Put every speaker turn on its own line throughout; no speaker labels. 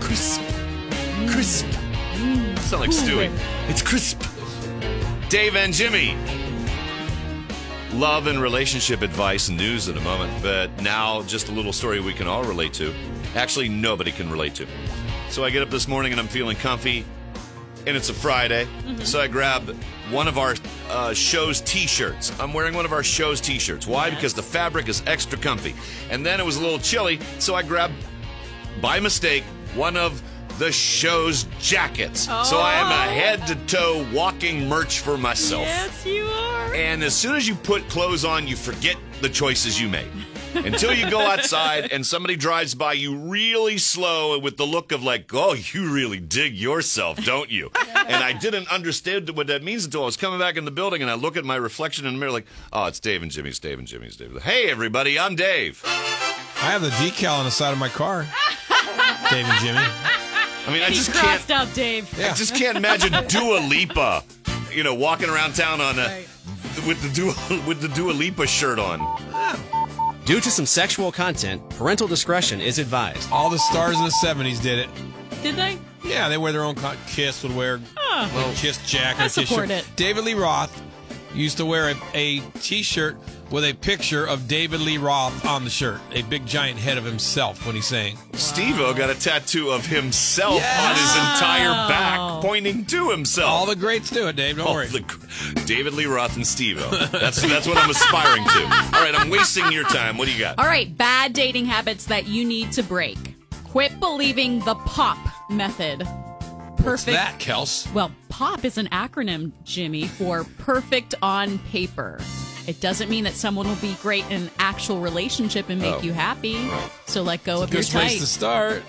Crisp. Crisp. It's not Mm. like Stewie. It's crisp. Dave and Jimmy. Love and relationship advice and news in a moment, but now just a little story we can all relate to. Actually, nobody can relate to. So I get up this morning and I'm feeling comfy, and it's a Friday. So I grab one of our uh, show's t shirts. I'm wearing one of our show's t shirts. Why? Because the fabric is extra comfy. And then it was a little chilly, so I grabbed by mistake, one of the show's jackets. So I am a head to toe walking merch for myself.
Oh. Yes, you are.
And as soon as you put clothes on, you forget the choices you made. Until you go outside and somebody drives by you really slow and with the look of like, oh, you really dig yourself, don't you? And I didn't understand what that means until I was coming back in the building and I look at my reflection in the mirror like, oh, it's Dave and Jimmy's Dave and Jimmy's Dave. Hey, everybody, I'm Dave.
I have the decal on the side of my car. Dave and Jimmy.
I mean, I
He's
just can't.
crossed out, Dave.
I just can't imagine Dua Lipa, you know, walking around town on a with the Dua with the Dua Lipa shirt on.
Due to some sexual content, parental discretion is advised.
All the stars in the 70s did it.
Did they?
Yeah, they wear their own con- Kiss would wear little Kiss jacket.
I
Kiss
support
shirt.
it.
David Lee Roth used to wear a a t-shirt with a picture of David Lee Roth on the shirt, a big giant head of himself when he sang.
Steve-O got a tattoo of himself on his entire back, pointing to himself.
All the greats do it, Dave. Don't
All
worry.
the gr- David Lee Roth and Steve-O. That's that's what I'm aspiring to. All right, I'm wasting your time. What do you got?
All right, bad dating habits that you need to break. Quit believing the POP method. Perfect.
What's that, Kels?
Well, POP is an acronym, Jimmy, for perfect on paper. It doesn't mean that someone will be great in an actual relationship and
Oh.
make you happy. So let go of your
Good place to
type.
start.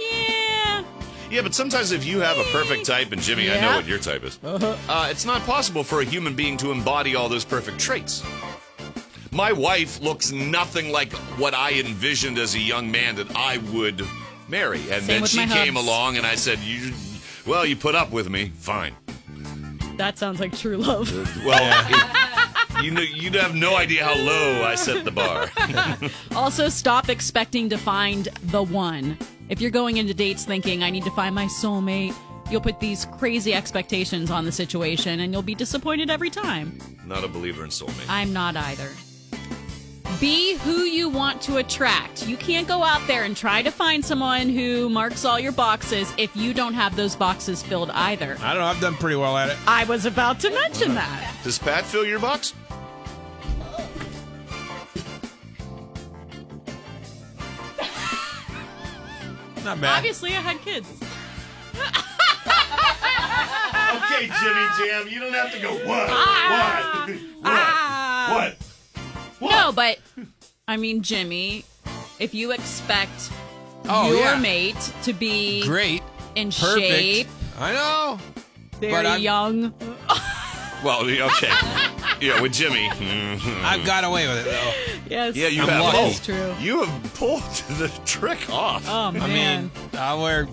Yeah.
Yeah, but sometimes if you have a perfect type, and Jimmy, I know
Yeah.
what your type is, uh, it's not possible for a human being to embody all those perfect traits. My wife looks nothing like what I envisioned as a young man that I would marry. And then
with
she
my
came
hubs.
along and I said, you, Well, you put up with me. Fine.
That sounds like true love.
Well, it- you know, you'd have no idea how low I set the bar.
Also, stop expecting to find the one. If you're going into dates thinking, I need to find my soulmate, you'll put these crazy expectations on the situation and you'll be disappointed every time.
not a believer in soulmates.
I'm not either. Be who you want to attract. You can't go out there and try to find someone who marks all your boxes if you don't have those boxes filled either.
I don't know. I've done pretty well at it.
I was about to mention that.
Does Pat fill your box?
Not bad.
Obviously, I had kids.
Okay, Jimmy Jam, you don't have to go, what? What? What? What?
Ah. No, but I mean, Jimmy, if you expect
Oh,
your
yeah.
mate to be
Great.
in
Perfect.
shape,
I know. But
very
I'm-
young,
Well, yeah, okay. yeah, with Jimmy.
I've got away with it though.
yes,
Yeah, you
Hmm. I'm
have
lucky.
pulled.
That's true.
You have pulled the trick off.
Oh man,
I mean, I wear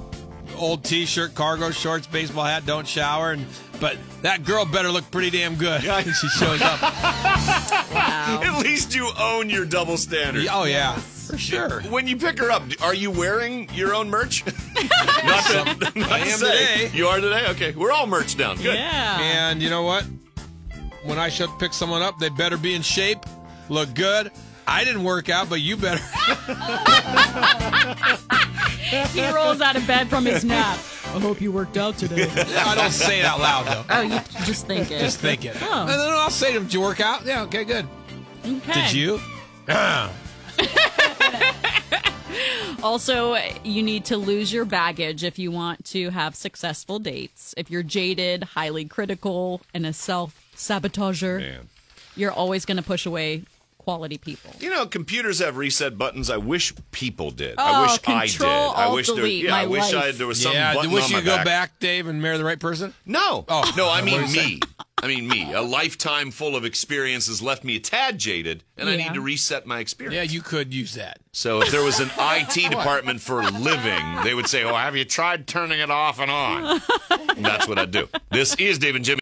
old t-shirt, cargo shorts, baseball hat, don't shower, and but that girl better look pretty damn good.
Yeah.
she shows up.
At least you own your double standard.
Oh yeah, for sure.
When you pick her up, are you wearing your own merch? not that, not
I
to
am
say.
today.
You are today? Okay. We're all merch down. Good.
yeah.
And you know what? When I should pick someone up, they better be in shape, look good. I didn't work out, but you better.
He rolls out of bed from his nap. I hope you worked out today.
I don't say it out loud though.
oh, you just think it.
Just think it.
Oh.
And then I'll say to them, "Did you work out? Yeah, okay, good.
Okay.
Did you?
Also, you need to lose your baggage if you want to have successful dates. If you're jaded, highly critical, and a self sabotager,
Man.
you're always going to push away quality people.
You know, computers have reset buttons. I wish people did.
Oh,
I wish I did.
control,
I
alt,
wish there,
delete,
yeah,
my
I wish I,
life.
there was some
Yeah,
button
wish
on
you
my
go
back.
Dave, and marry the right person.
No.
Oh,
no, I
what
mean
was that?
me. I mean me. A lifetime full of experiences left me a tad jaded, and I
Yeah.
need to reset my experience.
Yeah, you could use that.
So if there was an IT department for living, they would say, "Oh, have you tried turning it off and on?" And that's what I do. This is Dave and Jimmy.